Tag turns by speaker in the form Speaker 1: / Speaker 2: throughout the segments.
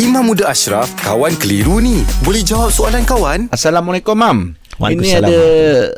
Speaker 1: Imam Muda Ashraf, kawan keliru ni. Boleh jawab soalan kawan?
Speaker 2: Assalamualaikum, Mam. Ini
Speaker 3: Waalaikumsalam.
Speaker 2: ada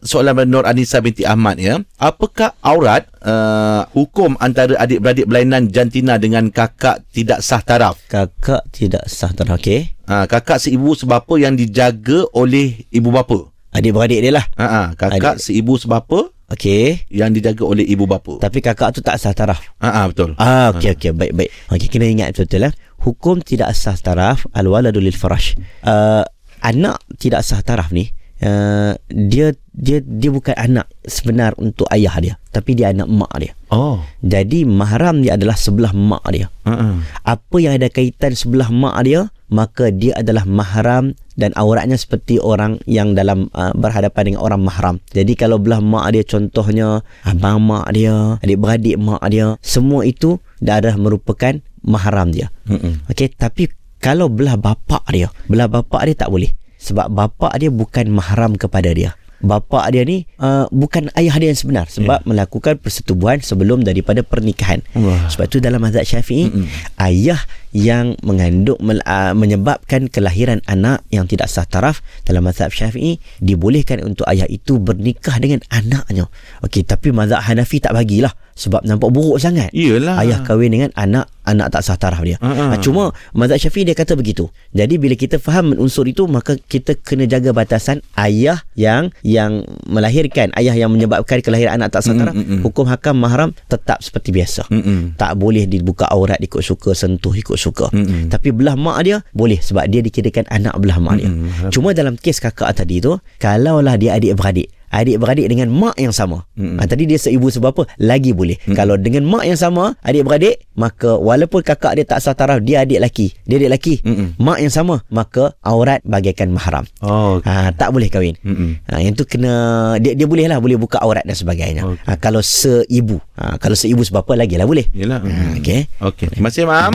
Speaker 2: soalan dari Nur Anissa binti Ahmad ya. Apakah aurat uh, hukum antara adik-beradik berlainan jantina dengan kakak tidak sah taraf?
Speaker 3: Kakak tidak sah tanah okey.
Speaker 2: Ha, kakak seibu sebapa yang dijaga oleh ibu bapa.
Speaker 3: Adik-beradik dia lah.
Speaker 2: Ha, ha, kakak
Speaker 3: Adik-
Speaker 2: seibu sebapa
Speaker 3: Okey.
Speaker 2: yang dijaga oleh ibu bapa.
Speaker 3: Tapi kakak tu tak sah taraf.
Speaker 2: Ha, ha, betul.
Speaker 3: Ah, okey okey baik baik. Okey kena ingat betul-betul eh. Hukum tidak sah taraf al-waladu lil farash. Uh, anak tidak sah taraf ni uh, dia dia dia bukan anak sebenar untuk ayah dia, tapi dia anak mak dia.
Speaker 2: Oh.
Speaker 3: Jadi mahram dia adalah sebelah mak dia.
Speaker 2: Ha, ha.
Speaker 3: Apa yang ada kaitan sebelah mak dia, maka dia adalah mahram dan auratnya seperti orang yang dalam uh, berhadapan dengan orang mahram. Jadi kalau belah mak dia contohnya abang mak dia, adik-beradik mak dia, semua itu darah merupakan mahram dia.
Speaker 2: Mm-mm.
Speaker 3: Okey, tapi kalau belah bapak dia, belah bapak dia tak boleh. Sebab bapak dia bukan mahram kepada dia. Bapak dia ni uh, bukan ayah dia yang sebenar sebab yeah. melakukan persetubuhan sebelum daripada pernikahan.
Speaker 2: Wah.
Speaker 3: Sebab tu dalam mazhab Syafi'i mm ayah yang mengandung mel- uh, menyebabkan kelahiran anak yang tidak sah taraf dalam mazhab Syafi'i dibolehkan untuk ayah itu bernikah dengan anaknya. Okey, tapi mazhab Hanafi tak bagilah sebab nampak buruk sangat.
Speaker 2: Iyalah.
Speaker 3: Ayah kahwin dengan anak anak tak sah taraf dia.
Speaker 2: lah. Ha, ha.
Speaker 3: Uh-huh. Cuma mazhab Syafi'i dia kata begitu. Jadi bila kita faham unsur itu maka kita kena jaga batasan ayah yang yang melahirkan, ayah yang menyebabkan kelahiran anak tak
Speaker 2: Hmm,
Speaker 3: sah taraf, hukum hakam mahram tetap seperti biasa.
Speaker 2: Mm-mm.
Speaker 3: Tak boleh dibuka aurat ikut suka, sentuh ikut suka. Tapi belah mak dia boleh sebab dia dikirakan anak belah mak dia. Cuma dalam kes kakak tadi tu, kalaulah dia adik-beradik, adik-beradik dengan mak yang sama. Ha, tadi dia seibu sebapa lagi boleh. Kalau dengan mak yang sama, adik-beradik, maka walaupun kakak dia tak sah taraf, dia adik lelaki. Dia adik lelaki. Mak yang sama, maka aurat bagaikan mahram.
Speaker 2: Oh.
Speaker 3: Ha, tak boleh kahwin.
Speaker 2: Mm-mm.
Speaker 3: Ha, yang tu kena dia dia boleh lah boleh buka aurat dan sebagainya.
Speaker 2: Okey.
Speaker 3: Okay. Ha, kalau seibu, ha, kalau seibu sebapa lagi lah boleh.
Speaker 2: Yalah.
Speaker 3: Ha, okey.
Speaker 2: Okey. Terima kasih, Mam.